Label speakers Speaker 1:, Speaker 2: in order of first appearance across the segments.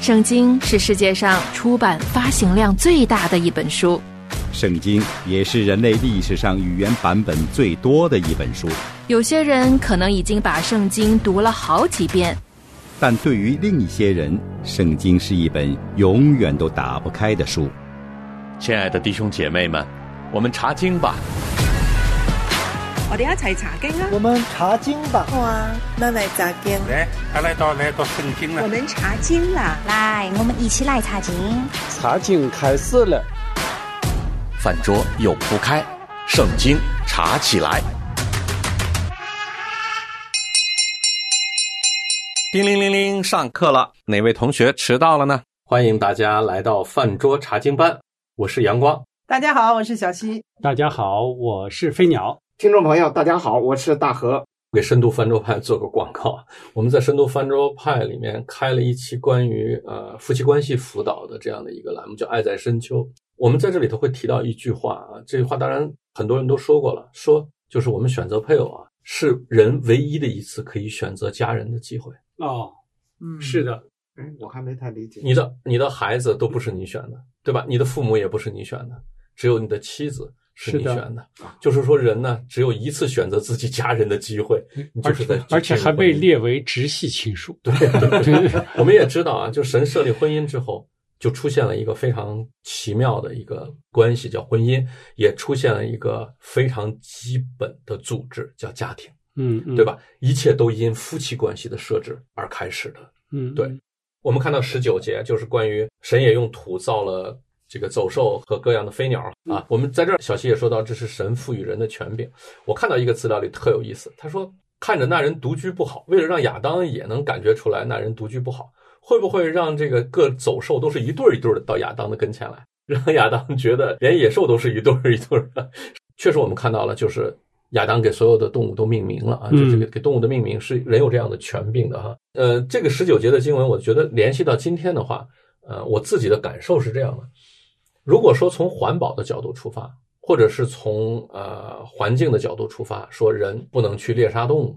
Speaker 1: 圣经是世界上出版发行量最大的一本书。
Speaker 2: 圣经也是人类历史上语言版本最多的一本书，
Speaker 1: 有些人可能已经把圣经读了好几遍，
Speaker 2: 但对于另一些人，圣经是一本永远都打不开的书。
Speaker 3: 亲爱的弟兄姐妹们，我们查经吧。
Speaker 4: 我哋一齊查經啊！
Speaker 5: 我们查经吧，
Speaker 6: 哇，慢慢咋编？
Speaker 7: 来，他来到来到圣经
Speaker 4: 我
Speaker 7: 了。
Speaker 4: 們查經啦，
Speaker 8: 来，我们一起来查经。
Speaker 5: 查经开始了。
Speaker 3: 饭桌又铺开，圣经查起来。叮铃铃铃，上课了！哪位同学迟到了呢？
Speaker 9: 欢迎大家来到饭桌查经班，我是阳光。
Speaker 10: 大家好，我是小溪。
Speaker 11: 大家好，我是飞鸟。
Speaker 12: 听众朋友，大家好，我是大河。
Speaker 9: 给深度翻桌派做个广告啊，我们在深度翻桌派里面开了一期关于呃夫妻关系辅导的这样的一个栏目，叫《爱在深秋》。我们在这里头会提到一句话啊，这句话当然很多人都说过了，说就是我们选择配偶啊，是人唯一的一次可以选择家人的机会。
Speaker 11: 哦，
Speaker 10: 嗯，
Speaker 11: 是的，
Speaker 12: 哎，我还没太理解。
Speaker 9: 你的你的孩子都不是你选的，对吧？你的父母也不是你选的，只有你的妻子是你
Speaker 11: 是的
Speaker 9: 选的。就是说，人呢只有一次选择自己家人的机会，你就
Speaker 11: 而
Speaker 9: 是在
Speaker 11: 且而且还被。列为直系亲属。 对对对，
Speaker 9: 我们也知道啊，就神设立婚姻之后，就出现了一个非常奇妙的一个关系，叫婚姻，也出现了一个非常基本的组织，叫家庭，
Speaker 11: 嗯，嗯
Speaker 9: 对？吧？一切都因夫妻关系的设置而开始的。
Speaker 11: 嗯，
Speaker 9: 对我们看到十九节就是关于神也用土造了这个走兽和各样的飞鸟
Speaker 11: 嗯
Speaker 9: 啊。我们在这儿小溪也说到，这是神赋予人的权柄。我看到一个资料里特有意思，他说看着那人独居不好，为了让亚当也能感觉出来那人独居不好，会不会让这个各走兽都是一对儿一对的到亚当的跟前来， 让亚当觉得连野兽都是一对儿一对儿的？ 确实，我们看到了，就是亚当给所有的动物都命名了啊，
Speaker 11: 嗯
Speaker 9: 就这个给动物的命名是人有这样的权柄的哈。呃，这个十九节的经文，我觉得联系到今天的话，呃，我自己的感受是这样的：如果说从环保的角度出发，或者是从呃环境的角度出发，说人不能去猎杀动物，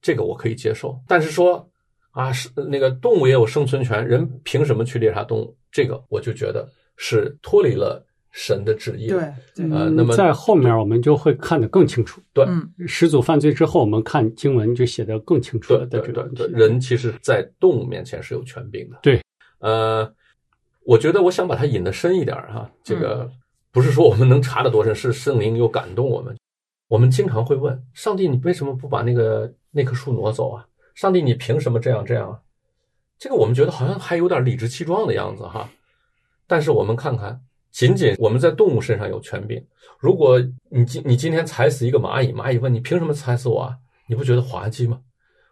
Speaker 9: 这个我可以接受。但是说啊，是那个动物也有生存权，人凭什么去猎杀动物？这个我就觉得是脱离了神的旨意的。
Speaker 10: 对对，
Speaker 9: 呃，那么
Speaker 11: 嗯在后面我们就会看得更清楚。
Speaker 9: 对
Speaker 10: 嗯
Speaker 11: 始祖犯罪之后，我们看经文就写得更清楚
Speaker 9: 对
Speaker 11: 了。
Speaker 9: 对
Speaker 11: 这个
Speaker 9: 对
Speaker 11: 问
Speaker 9: 对
Speaker 11: 题，
Speaker 9: 人其实，在动物面前是有权柄的。
Speaker 11: 对，
Speaker 9: 呃，我觉得我想把它引得深一点儿哈、
Speaker 11: 嗯
Speaker 9: 这个不是说我们能查得多深，是圣灵有感动我们。我们经常会问上帝，你为什么不把那个那棵树挪走啊？上帝，你凭什么这样这样啊？这个我们觉得好像还有点理直气壮的样子哈。但是我们看看，仅仅我们在动物身上有权柄。如果你今你今天踩死一个蚂蚁，蚂蚁问你凭什么踩死我啊？你不觉得滑稽吗？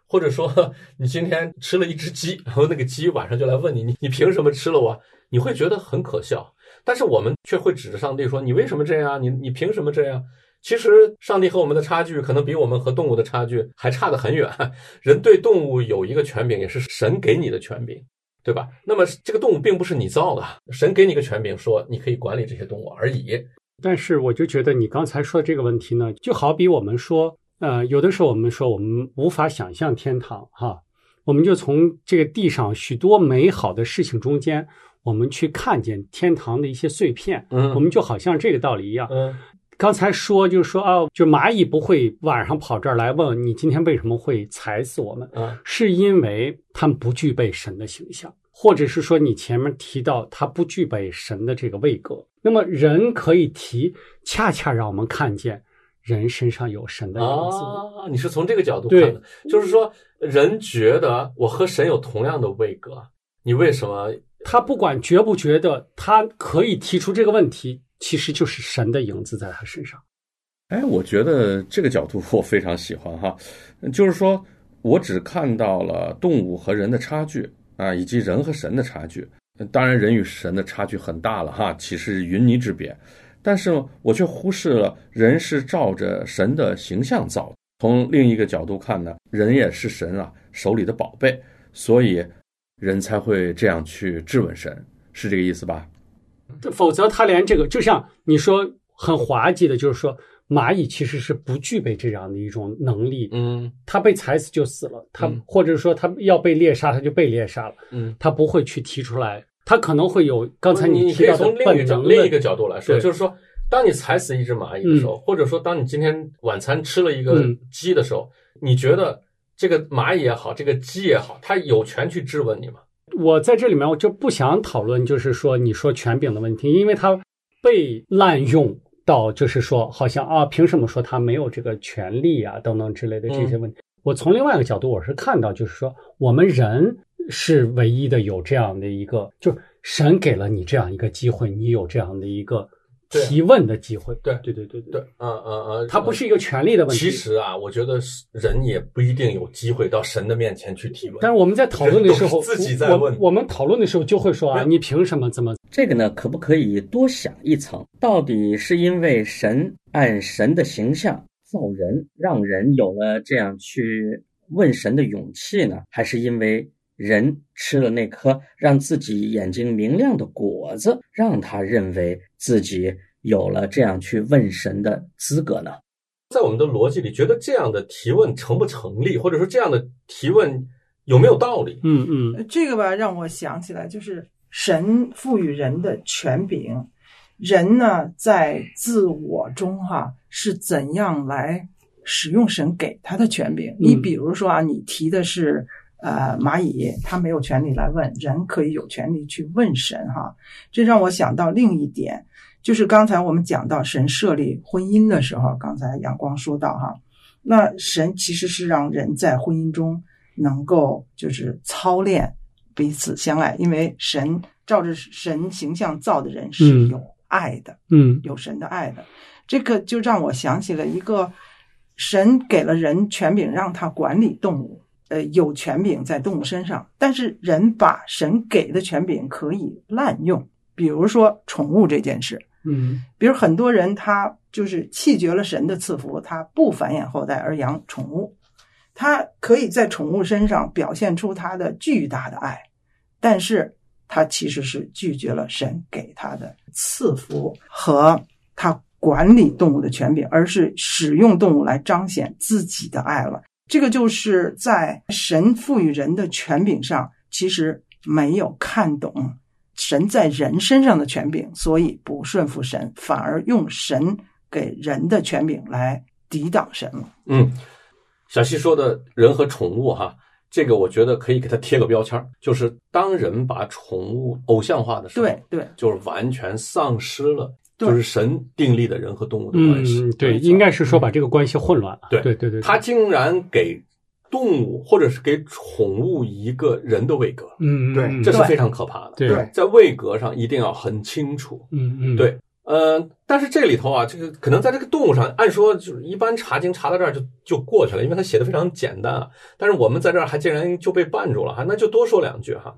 Speaker 9: 或者说 你今天吃了一只鸡， 然后那个鸡晚上就来问你，你你凭什么吃了我？你会觉得很可笑。但是我们却会指着上帝说：“你为什么这样？啊你你凭什么这样？”其实，上帝和我们的差距，可能比我们和动物的差距还差得很远。 人对动物有一个权柄，也是神给你的权柄，对吧？那么这个动物并不是你造的，神给你个权柄，说你可以管理这些动物而已。
Speaker 11: 但是我就觉得你刚才说这个问题呢，就好比我们说，呃，有的时候我们说我们无法想象天堂，哈，我们就从这个地上许多美好的事情中间，我们去看见天堂的一些碎片，
Speaker 9: 嗯
Speaker 11: 我们就好像这个道理一样。
Speaker 9: 嗯
Speaker 11: 刚才说就是说啊，就蚂蚁不会晚上跑这儿来问你今天为什么会踩死我们，
Speaker 9: 啊
Speaker 11: 是因为他们不具备神的形象，或者是说你前面提到他不具备神的这个位格。那么人可以提，恰恰让我们看见人身上有神的影子。
Speaker 9: 啊！你是从这个角度看的，就是说人觉得我和神有同样的位格，你为什么
Speaker 11: 他不管觉不觉得，他可以提出这个问题，其实就是神的影子在他身上。
Speaker 9: 哎，我觉得这个角度我非常喜欢哈，就是说我只看到了动物和人的差距啊，以及人和神的差距。呃当然，人与神的差距很大了哈，岂是云泥之别？但是我却忽视了人是照着神的形象造的。从另一个角度看呢，人也是神啊手里的宝贝，所以人才会这样去质问神，是这个意思吧？
Speaker 11: 否则他连这个，就像你说很滑稽的，就是说蚂蚁其实是不具备这样的一种能力，
Speaker 9: 嗯
Speaker 11: 它被踩死就死了，它
Speaker 9: 嗯
Speaker 11: 或者说它要被猎杀，它就被猎杀了，
Speaker 9: 嗯。
Speaker 11: 它不会去提出来，它可能会有刚才
Speaker 9: 你可
Speaker 11: 提
Speaker 9: 以
Speaker 11: 到的
Speaker 9: 从另一个
Speaker 11: 本
Speaker 9: 角
Speaker 11: 能论
Speaker 9: 另一个角度来说，
Speaker 11: 对
Speaker 9: 就是说，当你踩死一只蚂蚁的时候，或者说当你今天晚餐吃了一个
Speaker 11: 嗯
Speaker 9: 鸡的时候，你觉得这个蚂蚁也好，这个鸡也好，它有权去质问你吗？
Speaker 11: 我在这里面我就不想讨论，就是说你说权柄的问题，因为它被滥用到，就是说好像啊，凭什么说他没有这个权利啊，等等之类的
Speaker 9: 嗯
Speaker 11: 这些问题。我从另外一个角度，我是看到，就是说我们人是唯一的有这样的一个，就是神给了你这样一个机会，你有这样的一个
Speaker 9: 对啊
Speaker 11: 提问的机会。
Speaker 9: 对
Speaker 11: 对对对
Speaker 9: 对，，嗯嗯嗯，
Speaker 11: 它不是一个权利的问题。
Speaker 9: 其，实啊，我觉得是人也不一定有机会到神的面前去提问。
Speaker 11: 但是我们在讨论的时候，
Speaker 9: 人都是自己在
Speaker 11: 我
Speaker 9: 问
Speaker 11: 我我们讨论的时候就会说啊，你凭什么怎么？
Speaker 10: 这个呢，可不可以多想一层？到底是因为神按神的形象造人，让人有了这样去问神的勇气呢？还是因为人吃了那颗让自己眼睛明亮的果子，让他认为自己有了这样去问神的资格呢？
Speaker 9: 在我们的逻辑里，觉得这样的提问成不成立，或者说这样的提问有没有道理？
Speaker 11: 嗯嗯
Speaker 13: 呃这个吧，让我想起来，就是神赋予人的权柄，人呢在自我中哈、是怎样来使用神给他的权柄？你比如说啊，你提的是呃蚂蚁，他没有权利来问，人可以有权利去问神哈、这让我想到另一点，就是刚才我们讲到神设立婚姻的时候，刚才阳光说到哈、那神其实是让人在婚姻中能够就是操练彼此相爱，因为神照着神形象造的人是
Speaker 11: 嗯
Speaker 13: 有爱的，
Speaker 11: 嗯
Speaker 13: 有神的爱的。这个就让我想起了一个神给了人权柄，让他管理动物。呃，有权柄在动物身上，但是人把神给的权柄可以滥用，比如说宠物这件事，
Speaker 11: 嗯
Speaker 13: 比如很多人他就是弃绝了神的赐福，他不繁衍后代而养宠物，他可以在宠物身上表现出他的巨大的爱，但是他其实是拒绝了神给他的赐福和他管理动物的权柄，而是使用动物来彰显自己的爱了。这个就是在神赋予人的权柄上，其实没有看懂神在人身上的权柄，所以不顺服神，反而用神给人的权柄来抵挡神了。
Speaker 9: 嗯，小西说的人和宠物哈，这个我觉得可以给它贴个标签儿，就是当人把宠物偶像化的时候，
Speaker 13: 对对，
Speaker 9: 就是完全丧失了
Speaker 13: 对
Speaker 9: 就是神订立的人和动物的关系。
Speaker 11: 嗯，对，应该是说把这个关系混乱了。
Speaker 9: 对
Speaker 11: 对对对，
Speaker 9: 他竟然给动物或者是给宠物一个人的位格，
Speaker 11: 嗯，嗯
Speaker 12: 对
Speaker 11: 嗯
Speaker 9: 这是非常可怕的。
Speaker 11: 对
Speaker 12: 对
Speaker 9: 在位格上一定要很清楚。
Speaker 11: 嗯嗯，
Speaker 9: 对，呃，但是这里头啊，这个可能在这个动物上，按说就是一般查经查到这儿就就过去了，因为它写的非常简单啊。但是我们在这儿还竟然就被绊住了哈，那就多说两句哈。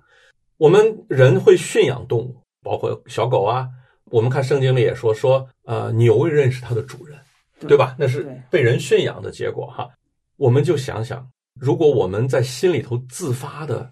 Speaker 9: 我们人会驯养动物，包括小狗啊。我们看圣经里也说说，呃，牛认识它的主人，对吧？那
Speaker 13: 对
Speaker 9: 是被人驯养的结果哈。我们就想想，如果我们在心里头自发的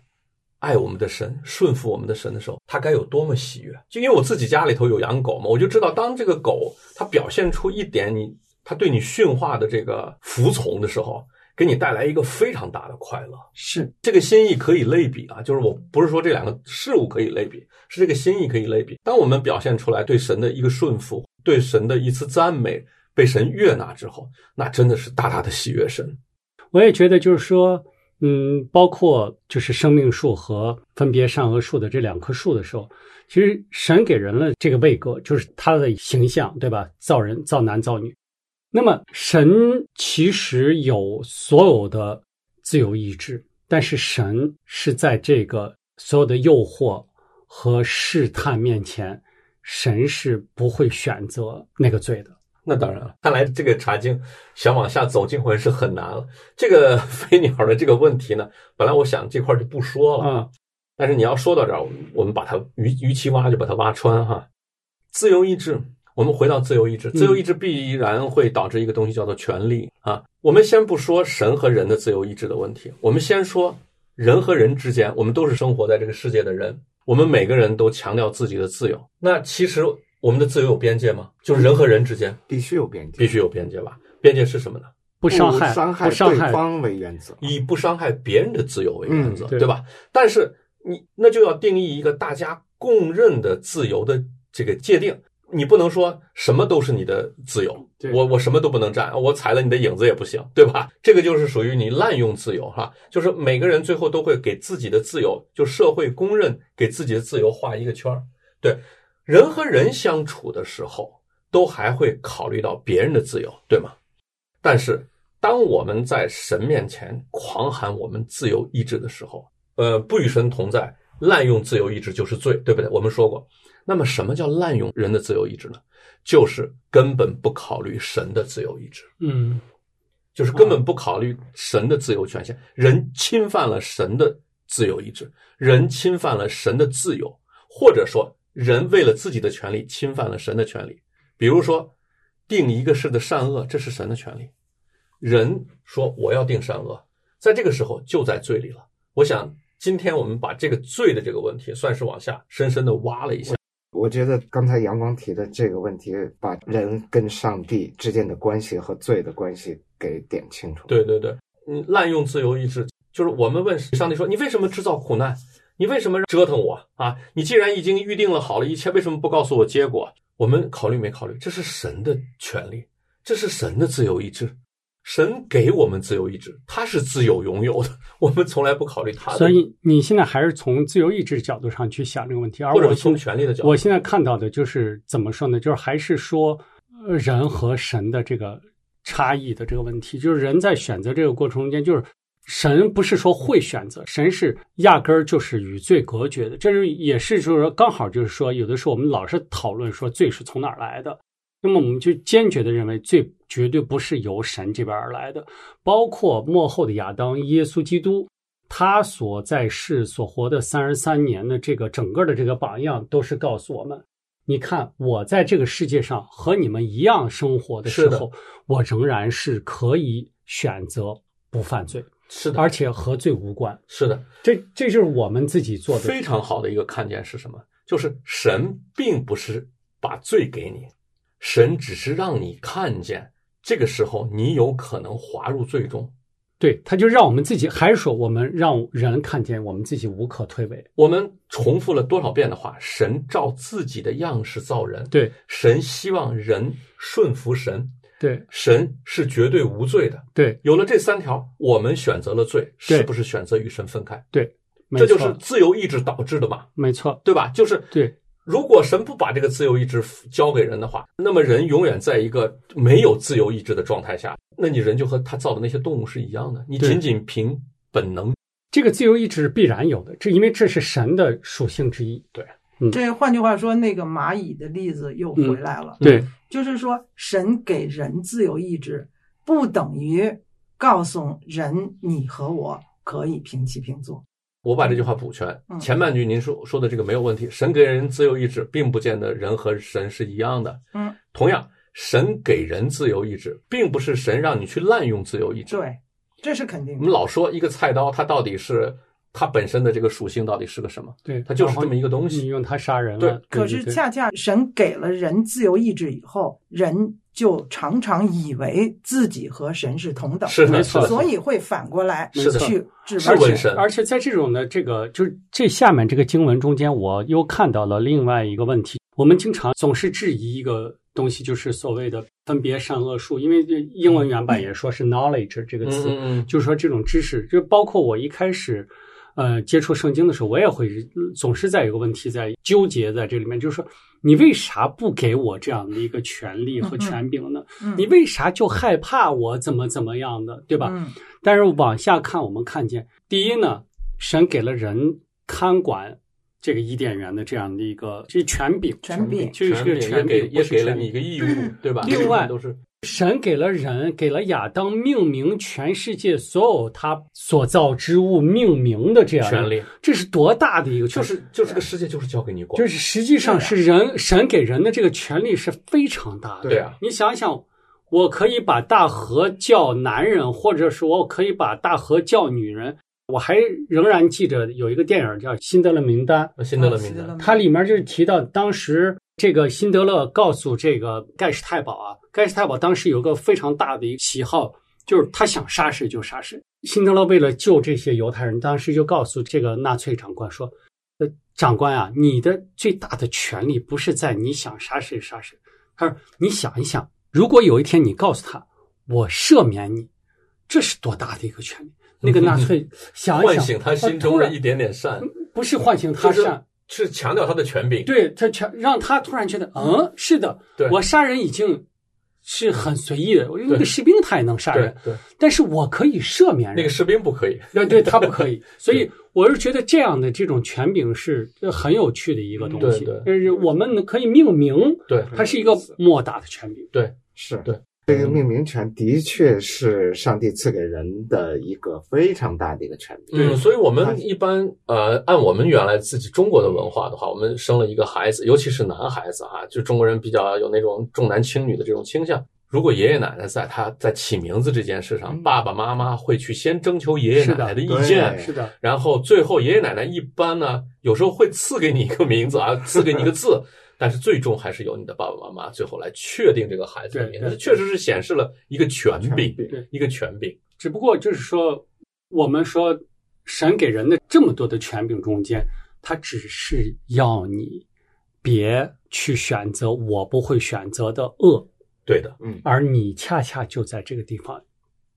Speaker 9: 爱我们的神、顺服我们的神的时候，他该有多么喜悦！就因为我自己家里头有养狗嘛，我就知道，当这个狗它表现出一点你它对你驯化的这个服从的时候，给你带来一个非常大的快乐。
Speaker 13: 是
Speaker 9: 这个心意可以类比啊，就是我不是说这两个事物可以类比，是这个心意可以类比。当我们表现出来对神的一个顺服，对神的一次赞美，被神悦纳之后，那真的是大大的喜悦神。
Speaker 11: 我也觉得就是说，嗯，包括就是生命树和分别善恶树的这两棵树的时候，其实神给人了这个位格，就是他的形象，对吧？造人、造男、造女。那么神其实有所有的自由意志，但是神是在这个所有的诱惑和试探面前，神是不会选择那个罪的。
Speaker 9: 那当然了，看来这个查经想往下走进魂是很难了。这个飞鸟的这个问题呢，本来我想这块就不说了，
Speaker 11: 嗯
Speaker 9: 但是你要说到这儿，我们我们把它鱼鱼其挖就把它挖穿哈。自由意志，我们回到自由意志，自由意志必然会导致一个东西叫做权利啊。我们先不说神和人的自由意志的问题，我们先说人和人之间，我们都是生活在这个世界的人，我们每个人都强调自己的自由。那其实我们的自由有边界吗？就是人和人之间
Speaker 12: 必须有边界，
Speaker 9: 必须有边界吧？边界是什么呢？
Speaker 11: 不伤害，
Speaker 12: 不伤害对方为原则，
Speaker 9: 以不伤害别人的自由为原
Speaker 11: 嗯
Speaker 9: 则，
Speaker 11: 对
Speaker 9: 对吧？但是你那就要定义一个大家共认的自由的这个界定，你不能说什么都是你的自由
Speaker 11: 对，
Speaker 9: 我我什么都不能占，我踩了你的影子也不行，对吧？这个就是属于你滥用自由哈，就是每个人最后都会给自己的自由，就社会公认给自己的自由画一个圈儿。对，人和人相处的时候，都还会考虑到别人的自由，对吗？但是，当我们在神面前狂喊我们自由意志的时候，呃，不与神同在，滥用自由意志就是罪，对不对？我们说过。那么，什么叫滥用人的自由意志呢？就是根本不考虑神的自由意志，
Speaker 11: 嗯，
Speaker 9: 就是根本不考虑神的自由权限。人侵犯了神的自由意志，人侵犯了神的自由，或者说，人为了自己的权利侵犯了神的权利。比如说，定一个事的善恶，这是神的权利。人说我要定善恶，在这个时候就在罪里了。我想，今天我们把这个罪的这个问题，算是往下深深的挖了一下。
Speaker 12: 我觉得刚才阳光提的这个问题，把人跟上帝之间的关系和罪的关系给点清楚。，
Speaker 9: 对对对，嗯，滥用自由意志，就是我们问上帝说：“你为什么制造苦难？你为什么折腾我啊？你既然已经预定了好了一切，为什么不告诉我结果？”我们考虑没考虑？这是神的权利，这是神的自由意志，神给我们自由意志，他是自由拥有的， 我们从来不考虑他的。
Speaker 11: 所以你现在还是从自由意志角度上去想这个问题，而
Speaker 9: 或者
Speaker 11: 我
Speaker 9: 是从
Speaker 11: 现
Speaker 9: 权力的角度，
Speaker 11: 我现在看到的就是怎么说呢？就是还是说呃人和神的这个差异的这个问题，就是人在选择这个过程中间，就是神不是说会选择，神是压根儿就是与罪隔绝的。这是也是就是说刚好就是说，有的时候我们老是讨论说罪是从哪儿来的，那么我们就坚决的认为罪绝对不是由神这边而来的，包括幕后的亚当、耶稣基督。他所在世所活的三十三年的这个整个的这个榜样，都是告诉我们：你看，我在这个世界上和你们一样生活的时
Speaker 9: 是的
Speaker 11: 候，我仍然是可以选择不犯罪，
Speaker 9: 是的，
Speaker 11: 而且和罪无关。
Speaker 9: 是的，
Speaker 11: 这这就是我们自己做的
Speaker 9: 非。常好的一个看见是什么？就是神并不是把罪给你，神只是让你看见，这个时候你有可能滑入最终。
Speaker 11: 对，他就让我们自己，还是说我们让人看见我们自己无可推诿。
Speaker 9: 我们重复了多少遍的话？神照自己的样式造人，
Speaker 11: 对
Speaker 9: 神希望人顺服神，
Speaker 11: 对
Speaker 9: 神是绝对无罪的。
Speaker 11: 对
Speaker 9: 有了这三条，我们选择了罪，
Speaker 11: 对
Speaker 9: 是不是选择与神分开？
Speaker 11: 对，没
Speaker 9: 这
Speaker 11: 错，
Speaker 9: 就是自由意志导致的嘛，
Speaker 11: 没错，
Speaker 9: 对吧？就是
Speaker 11: 对
Speaker 9: 如果神不把这个自由意志交给人的话，那么人永远在一个没有自由意志的状态下，那你人就和他造的那些动物是一样的，你
Speaker 11: 对
Speaker 9: 仅仅凭本能。
Speaker 11: 这个自由意志是必然有的，这因为这是神的属性之一。
Speaker 9: 对
Speaker 13: 这换句话说，那个蚂蚁的例子又
Speaker 9: 嗯
Speaker 13: 回来了，
Speaker 11: 对
Speaker 13: 就是说，神给人自由意志，不等于告诉人你和我可以平起平坐。
Speaker 9: 我把这句话补全，
Speaker 13: 嗯
Speaker 9: 前半句您说说的这个没有问题。神给人自由意志，并不见得人和神是一样的。
Speaker 13: 嗯，
Speaker 9: 同样，神给人自由意志，并不是神让你去滥用自由意志。
Speaker 13: 对，这是肯定
Speaker 9: 我
Speaker 13: 的。
Speaker 9: 们老说一个菜刀，它到底是它本身的这个属性到底是个什么？
Speaker 11: 对，
Speaker 9: 它就是
Speaker 11: 然后
Speaker 9: 这么一个东
Speaker 11: 你
Speaker 9: 西。
Speaker 11: 用它杀人了。
Speaker 9: 对
Speaker 11: 对
Speaker 13: 可
Speaker 11: 对
Speaker 13: 是
Speaker 11: 对
Speaker 13: 恰恰神给了人自由意志以后，人就常常以为自己和神是同等，
Speaker 9: 是的
Speaker 11: 没
Speaker 13: 的，
Speaker 11: 错是的
Speaker 13: 所以会反过来
Speaker 9: 是的
Speaker 13: 去质
Speaker 9: 是
Speaker 13: 问
Speaker 9: 纹
Speaker 13: 神。
Speaker 9: 身，
Speaker 11: 而且在这种的这个就是这下面这个经文中间，我又看到了另外一个问题。我们经常总是质疑一个东西，就是所谓的分别善恶术，因为这英文原版也说是 knowledge 这个词，
Speaker 9: 嗯嗯嗯
Speaker 11: 就是说这种知识，就包括我一开始。呃，接触圣经的时候，我也会嗯总是在有个问题在纠结在这里面，就是说，你为啥不给我这样的一个权利和
Speaker 13: 嗯嗯
Speaker 11: 权柄呢？
Speaker 13: 嗯
Speaker 11: 你为啥就害怕我怎么怎么样的，对吧？
Speaker 13: 嗯
Speaker 11: 但是往下看，我们看见，第一呢，神给了人看管这个伊甸园的这样的一个这权柄，
Speaker 13: 权柄
Speaker 11: 就是这个
Speaker 9: 也
Speaker 11: 权
Speaker 9: 给
Speaker 11: 柄，
Speaker 9: 也
Speaker 11: 不是
Speaker 9: 给了
Speaker 11: 权
Speaker 9: 你一
Speaker 11: 利
Speaker 9: 个义务，对吧？
Speaker 11: 嗯另外
Speaker 9: 都是
Speaker 11: 神给了人，给了亚当命名全世界所有他所造之物命名的这样的
Speaker 9: 权利，
Speaker 11: 这是多大的一个权
Speaker 9: 就
Speaker 11: 利！
Speaker 9: 是就这个世界就是交给你管，
Speaker 11: 就是实际上是人神给人的这个权利是非常大的。
Speaker 9: 对啊
Speaker 11: 你想想，我可以把大河叫男人，或者是我可以把大河叫女人，我还仍然记着有一个电影叫《辛德勒名单》，
Speaker 9: 辛德勒
Speaker 11: 啊
Speaker 9: 名单，
Speaker 11: 它里面就是提到当时这个辛德勒告诉这个盖世太保啊，盖世太保当时有个非常大的一个喜好，就是他想杀谁就杀谁。辛德勒为了救这些犹太人，当时就告诉这个纳粹长官说：“呃，长官啊，你的最大的权利不是在你想杀谁杀谁，他说你想一想，如果有一天你告诉他我赦免你，这是多大的一个权利？”那个纳 粹想
Speaker 9: 唤醒他心中的一点点善，
Speaker 11: 不是唤醒他善，
Speaker 9: 是强调他的权柄。
Speaker 11: 对他强让他突然觉得，嗯，是的，我杀人已经是很随意的。那个士兵他也能杀人，
Speaker 9: 对，
Speaker 11: 但是我可以赦免人。
Speaker 9: 那个士兵不可以，
Speaker 11: 对， 对他不可以。所以我是觉得这样的这种权柄是呃很有趣的一个东
Speaker 9: 嗯
Speaker 11: 西，就是我们可以命名，
Speaker 9: 对，
Speaker 11: 它是一个莫大的权柄，
Speaker 9: 对，
Speaker 12: 是
Speaker 9: 对。
Speaker 12: 这个命名权的确是上帝赐给人的一个非常大的一个权利。
Speaker 9: 嗯，所以我们一般呃，按我们原来自己中国的文化的话，我们生了一个孩子，尤其是男孩子啊，就中国人比较有那种重男轻女的这种倾向。如果爷爷奶奶在，他在起名字这件事上，爸爸妈妈会去先征求爷爷奶嗯奶的意见，啊
Speaker 11: 是的。
Speaker 9: 然后最后爷爷奶奶一般呢，有时候会赐给你一个名字 啊，赐给你一个字。但是最终还是由你的爸爸妈妈最后来确定这个孩子的名字，确实是显示了一个权柄，一个权柄。
Speaker 11: 只不过就是说，我们说神给人的这么多的权柄中间，他只是要你别去选择我不会选择的恶，
Speaker 9: 对的，
Speaker 12: 嗯，
Speaker 11: 而你恰恰就在这个地方。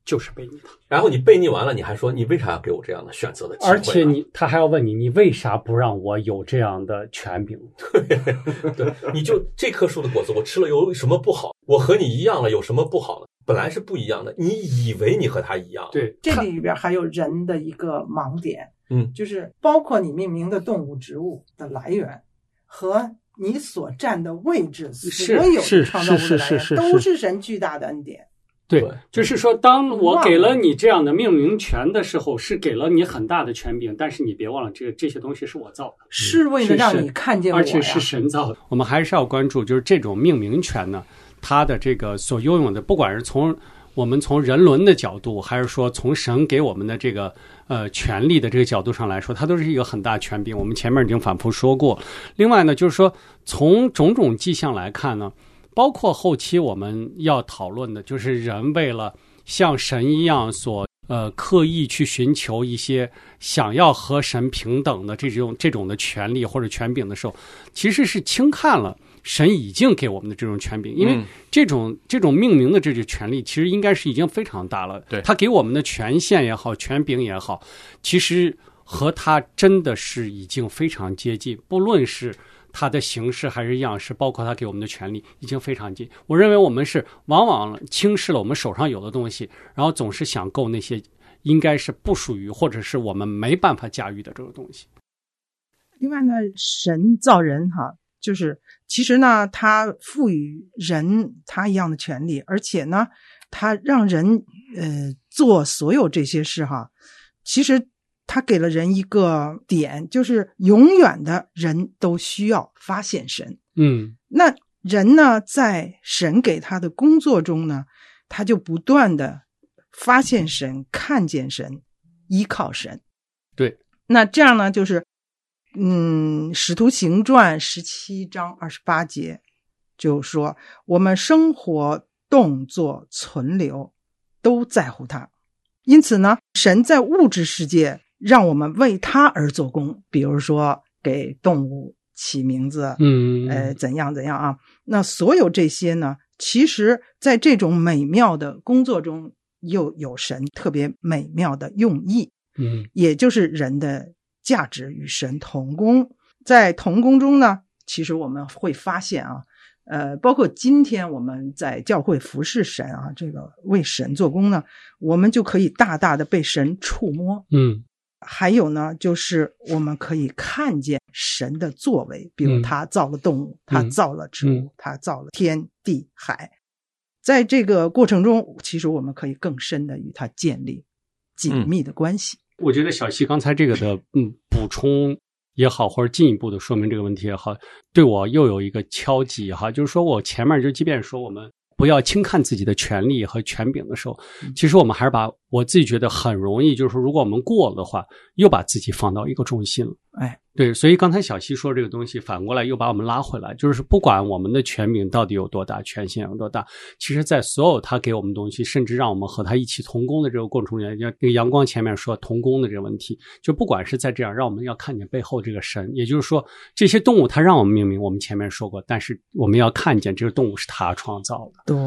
Speaker 11: 就是背逆他，
Speaker 9: 然后你背逆完了，你还说你为啥要给我这样的选择的机
Speaker 11: 会、啊？而且你他还要问你，你为啥不让我有这样的权柄？
Speaker 9: 对， 对，你就这棵树的果子我吃了有什么不好？我和你一样了，有什么不好呢？本来是不一样的，你以为你和他一样？
Speaker 11: 对，
Speaker 13: 这里边还有人的一个盲点，
Speaker 9: 嗯，
Speaker 13: 就是包括你命名的动物、植物的来源和你所占的位置，所有创造物的来源都是神巨大的恩典。
Speaker 11: 对，就是说，当我给了你这样的命名权的时候，是给了你很大的权柄，但是你别忘了，这这些东西是我造的，
Speaker 13: 是为了让你看见我，
Speaker 11: 而且是神造的。我们还是要关注，就是这种命名权呢，它的这个所拥有的，不管是从我们从人伦的角度，还是说从神给我们的这个呃权利的这个角度上来说，它都是一个很大权柄。我们前面已经反复说过。另外呢，就是说从种种迹象来看呢。包括后期我们要讨论的，就是人为了像神一样所呃刻意去寻求一些想要和神平等的这种这种的权利或者权柄的时候，其实是轻看了神已经给我们的这种权
Speaker 3: 嗯
Speaker 11: 柄，因为这种这种命名的这种权利，其实应该是已经非常大了。
Speaker 9: 对，
Speaker 11: 他给我们的权限也好，权柄也好，其实和他真的是已经非常接近，不论是。它的形式还是样式，包括它给我们的权利，已经非常近。我认为我们是往往轻视了我们手上有的东西，然后总是想够那些应该是不属于或者是我们没办法驾驭的这个东西。
Speaker 13: 另外呢，神造人哈，就是其实呢，他赋予人他一样的权利，而且呢，他让人呃做所有这些事哈，其实。他给了人一个点，就是永远的人都需要发现神。
Speaker 11: 嗯，
Speaker 13: 那人呢，在神给他的工作中呢，他就不断的发现神、看见神、依靠神。
Speaker 11: 对，
Speaker 13: 那这样呢，就是嗯，《使徒行传》十七章二十八节就说，我们生活、动作、存留都在乎他。因此呢，神在物质世界。让我们为他而做工，比如说给动物起名字，
Speaker 11: 嗯，
Speaker 13: 呃，怎样怎样啊？那所有这些呢，其实在这种美妙的工作中，又有神特别美妙的用意，
Speaker 11: 嗯，
Speaker 13: 也就是人的价值与神同工。在同工中呢，其实我们会发现啊，呃，包括今天我们在教会服侍神啊，这个为神做工呢，我们就可以大大的被神触摸，
Speaker 11: 嗯。
Speaker 13: 还有呢，就是我们可以看见神的作为，比如他造了动物，
Speaker 11: 嗯、
Speaker 13: 他造了植物，
Speaker 11: 嗯、
Speaker 13: 他造了天地海。在这个过程中，其实我们可以更深的与他建立
Speaker 11: 嗯
Speaker 13: 紧密的关系。
Speaker 11: 我觉得小西刚才这个的嗯补充也好，或者进一步的说明这个问题也好，对我又有一个敲击哈，就是说我前面就即便说我们。不要轻看自己的权利和权柄的时候，其实我们还是把我自己觉得很容易，就是说如果我们过了的话，又把自己放到一个重心了。
Speaker 13: 哎，
Speaker 11: 对，所以刚才小溪说这个东西，反过来又把我们拉回来，就是不管我们的权柄到底有多大，权限有多大，其实，在所有他给我们东西，甚至让我们和他一起同工的这个过程中间，要那个阳光前面说同工的这个问题，就不管是在这样，让我们要看见背后这个神，也就是说，这些动物它让我们命名，我们前面说过，但是我们要看见这个动物是他创造的。
Speaker 13: 对，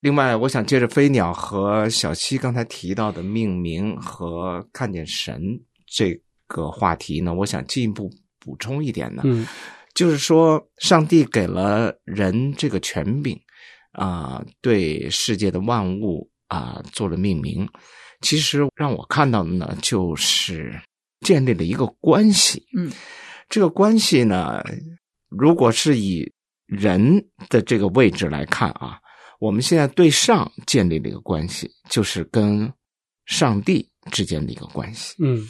Speaker 12: 另外，我想借着飞鸟和小七刚才提到的命名和看见神这个话题呢，我想进一步补充一点呢，
Speaker 11: 嗯，
Speaker 12: 就是说，上帝给了人这个权柄啊、对世界的万物啊、做了命名。其实让我看到的呢，就是建立了一个关系。
Speaker 13: 嗯，
Speaker 12: 这个关系呢，如果是以人的这个位置来看啊，我们现在对上建立了一个关系，就是跟上帝之间的一个关系。
Speaker 11: 嗯，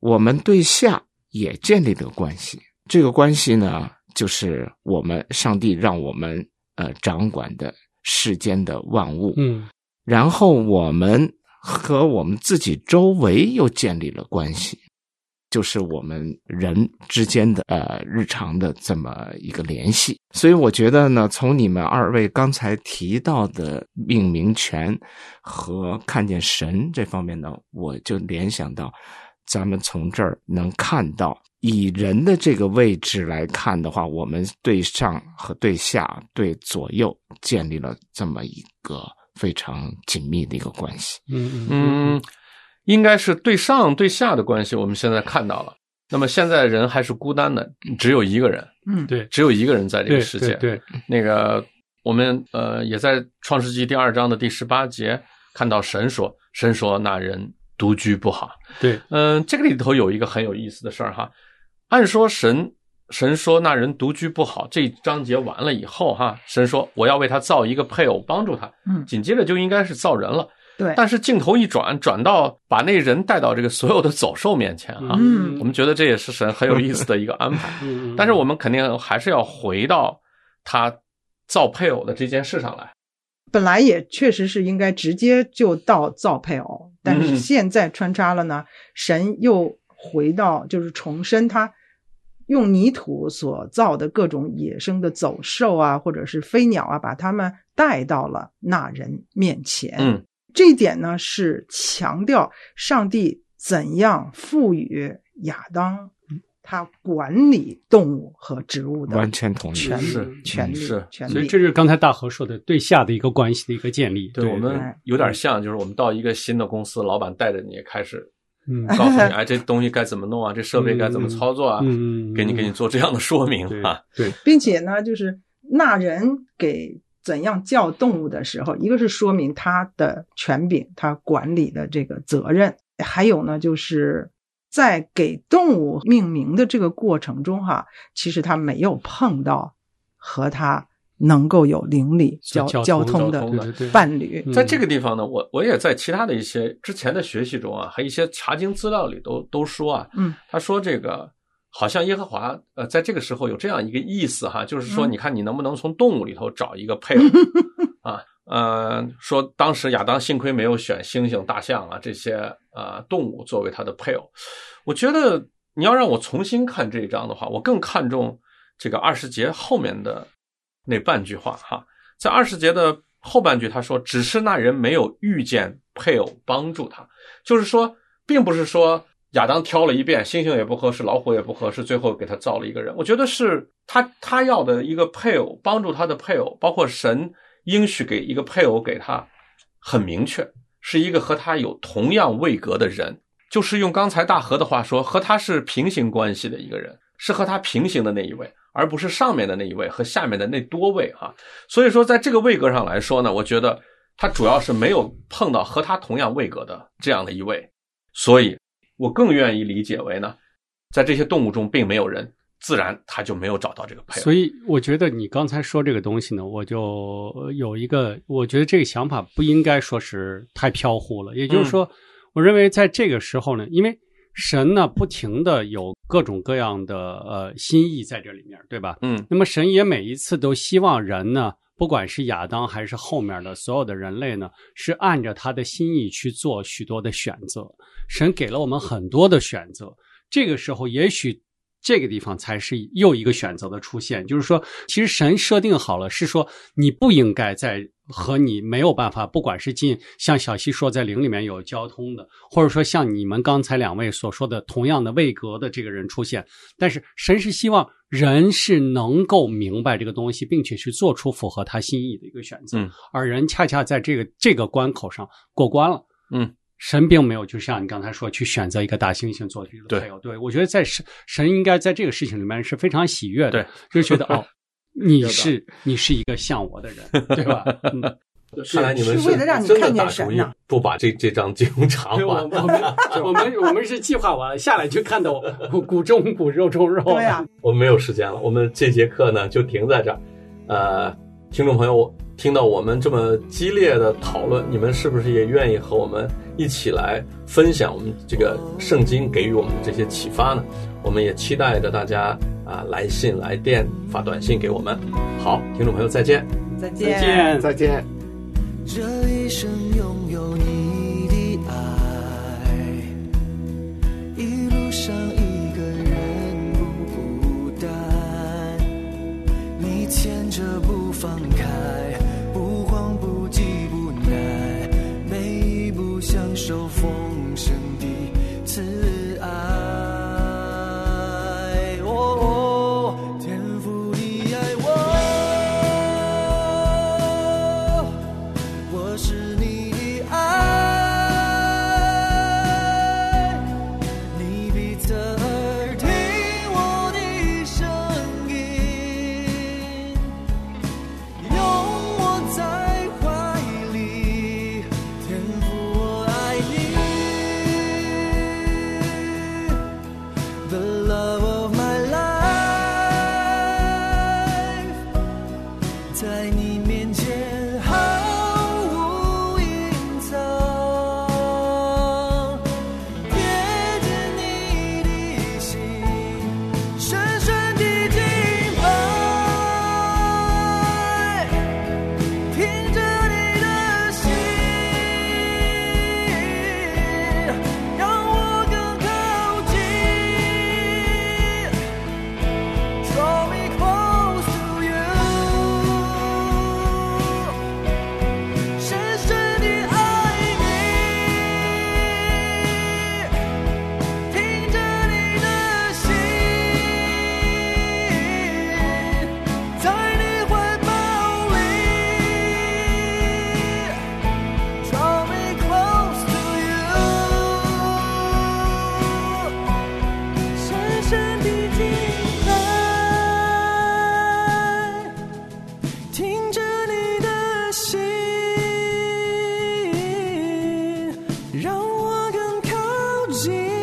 Speaker 12: 我们对下也建立了关系。这个关系呢，就是我们上帝让我们呃掌管的世间的万物。
Speaker 11: 嗯，
Speaker 12: 然后我们和我们自己周围又建立了关系，就是我们人之间的呃日常的这么一个联系。所以我觉得呢，从你们二位刚才提到的命名权和看见神这方面呢，我就联想到，咱们从这儿能看到。以人的这个位置来看的话，我们对上和对下、对左右建立了这么一个非常紧密的一个关系。
Speaker 11: 嗯
Speaker 3: 嗯，应该是对上对下的关系，我们现在看到了。那么现在人还是孤单的，只有一个人，
Speaker 13: 嗯，
Speaker 11: 对，
Speaker 3: 只有一个人在这
Speaker 11: 对
Speaker 3: 个世界。
Speaker 11: 对，对
Speaker 3: 那个我们呃也在《创世纪》第二章的第十八节看到神说：“神说那人独居不好。”
Speaker 11: 对，
Speaker 3: 嗯，这个里头有一个很有意思的事儿哈。按说神神说那人独居不好，这一章节完了以后哈，神说我要为他造一个配偶帮助他，
Speaker 13: 嗯
Speaker 3: 紧接着就应该是造人了。
Speaker 13: 对，
Speaker 3: 但是镜头一转，转到把那人带到这个所有的走兽面前啊，
Speaker 13: 嗯
Speaker 3: 我们觉得这也是神很有意思的一个安排。
Speaker 11: 嗯
Speaker 3: 但是我们肯定还是要回到他造配偶的这件事上来。
Speaker 13: 本来也确实是应该直接就到造配偶，但是
Speaker 3: 嗯
Speaker 13: 现在穿插了呢，神又回到就是重申他用泥土所造的各种野生的走兽啊，或者是飞鸟啊，把它们带到了那人面前。
Speaker 3: 嗯，
Speaker 13: 这一点呢是强调上帝怎样赋予亚当他管理动物和植物的
Speaker 12: 完全同意
Speaker 13: 权利
Speaker 3: 是、
Speaker 13: 权利、
Speaker 3: 是
Speaker 13: 权利。
Speaker 11: 所以这就是刚才大河说的对下的一个关系的一个建立。
Speaker 3: 对我们有点像，就是我们到一个新的公司，老板带着你开始
Speaker 11: 嗯
Speaker 3: 告诉你，哎，这东西该怎么弄啊，这设备该怎么操作啊，
Speaker 11: 嗯嗯嗯嗯
Speaker 3: 给你给你做这样的说明啊。
Speaker 11: 对，
Speaker 13: 并且呢，就是那人给怎样叫动物的时候，一个是说明他的权柄，他管理的这个责任，还有呢，就是在给动物命名的这个过程中，哈，其实他没有碰到和他能够有邻里交
Speaker 11: 交
Speaker 13: 通
Speaker 3: 交
Speaker 13: 的
Speaker 3: 通的对
Speaker 11: 对对
Speaker 13: 伴侣，
Speaker 11: 嗯
Speaker 3: 在这个地方呢，我我也在其他的一些之前的学习中啊，还有一些查经资料里都都说啊，
Speaker 13: 嗯，
Speaker 3: 他说这个好像耶和华呃，在这个时候有这样一个意思哈，就是说
Speaker 13: 嗯
Speaker 3: 你看你能不能从动物里头找一个 配偶啊？呃，说当时亚当幸亏没有选猩猩、大象啊这些呃动物作为他的配偶。我觉得你要让我重新看嗯这一章的话，我更看重这个二十节后面的那半句话哈。在二十节的后半句，他说：“只是那人没有遇见配偶帮助他。”就是说，并不是说亚当挑了一遍，猩猩也不合适，老虎也不合适，最后给他造了一个人。我觉得是他他要的一个配偶，帮助他的配偶，包括神应许给一个配偶给他，很明确，是一个和他有同样位格的人，就是用刚才大河的话说，和他是平行关系的一个人，是和他平行的那一位，而不是上面的那一位和下面的那多位啊。所以说，在这个位格上来说呢，我觉得他主要是没有碰到和他同样位格的这样的一位，所以我更愿意理解为呢，在这些动物中并没有人，自然他就没有找到这个配偶。
Speaker 11: 所以我觉得你刚才说这个东西呢，我就呃有一个，我觉得这个想法不应该说是太飘忽了。也
Speaker 3: 嗯
Speaker 11: 就是说，我认为在这个时候呢，因为神呢不停的有各种各样的呃心意在这里面，对吧？
Speaker 3: 嗯
Speaker 11: 那么神也每一次都希望人呢不管是亚当还是后面的所有的人类呢，是按着他的心意去做许多的选择。神给了我们很多的选择，这个时候也许。这个地方才是又一个选择的出现，就是说，其实神设定好了，是说你不应该在和你没有办法，不管是进像小溪说在灵里面有交通的，或者说像你们刚才两位所说的同样的位格的这个人出现，但是神是希望人是能够明白这个东西，并且去做出符合他心意的一个选择，
Speaker 9: 嗯、
Speaker 11: 而人恰恰在这个这个关口上过关了，
Speaker 9: 嗯。
Speaker 11: 神并没有，就像你刚才说，去选择一个大猩猩做一个配偶。对我觉得在神神应该在这个事情里面是非常喜悦的，就 觉得哦，你是你是一个像我的人，对吧？嗯
Speaker 9: 看来你们
Speaker 13: 是为了让你看见神呢，
Speaker 9: 不把这这张经 查
Speaker 11: 我
Speaker 9: 完。
Speaker 11: 们我们我们是计划完下来就看到骨中骨肉中肉。
Speaker 13: 对啊呀，
Speaker 9: 我们没有时间了，我们这节课呢就停在这儿。呃，听众朋友。听到我们这么激烈的讨论，你们是不是也愿意和我们一起来分享我们这个圣经给予我们的这些启发呢？我们也期待着大家啊来信、来电、发短信给我们。好，听众朋友，再见！
Speaker 13: 再
Speaker 11: 见！
Speaker 14: 再
Speaker 11: 再见！
Speaker 14: 见！
Speaker 12: 这一生拥有你的爱，一路上一个人不孤单，你牵着不放开。享受丰盛的慈爱，哦，天赋的爱，我，我是你的爱，你闭侧耳听我的声音，拥我在怀里，天赋。the love of my
Speaker 5: 呃
Speaker 12: life，在你面前毫无隐藏，贴着你的心，深深的敬拜，听着你的心，让我更靠近。Draw me close to you，深深地爱你，听着你的心，在你怀抱里。Draw me close to you。深深地敬拜，听着你的心，让我更靠近。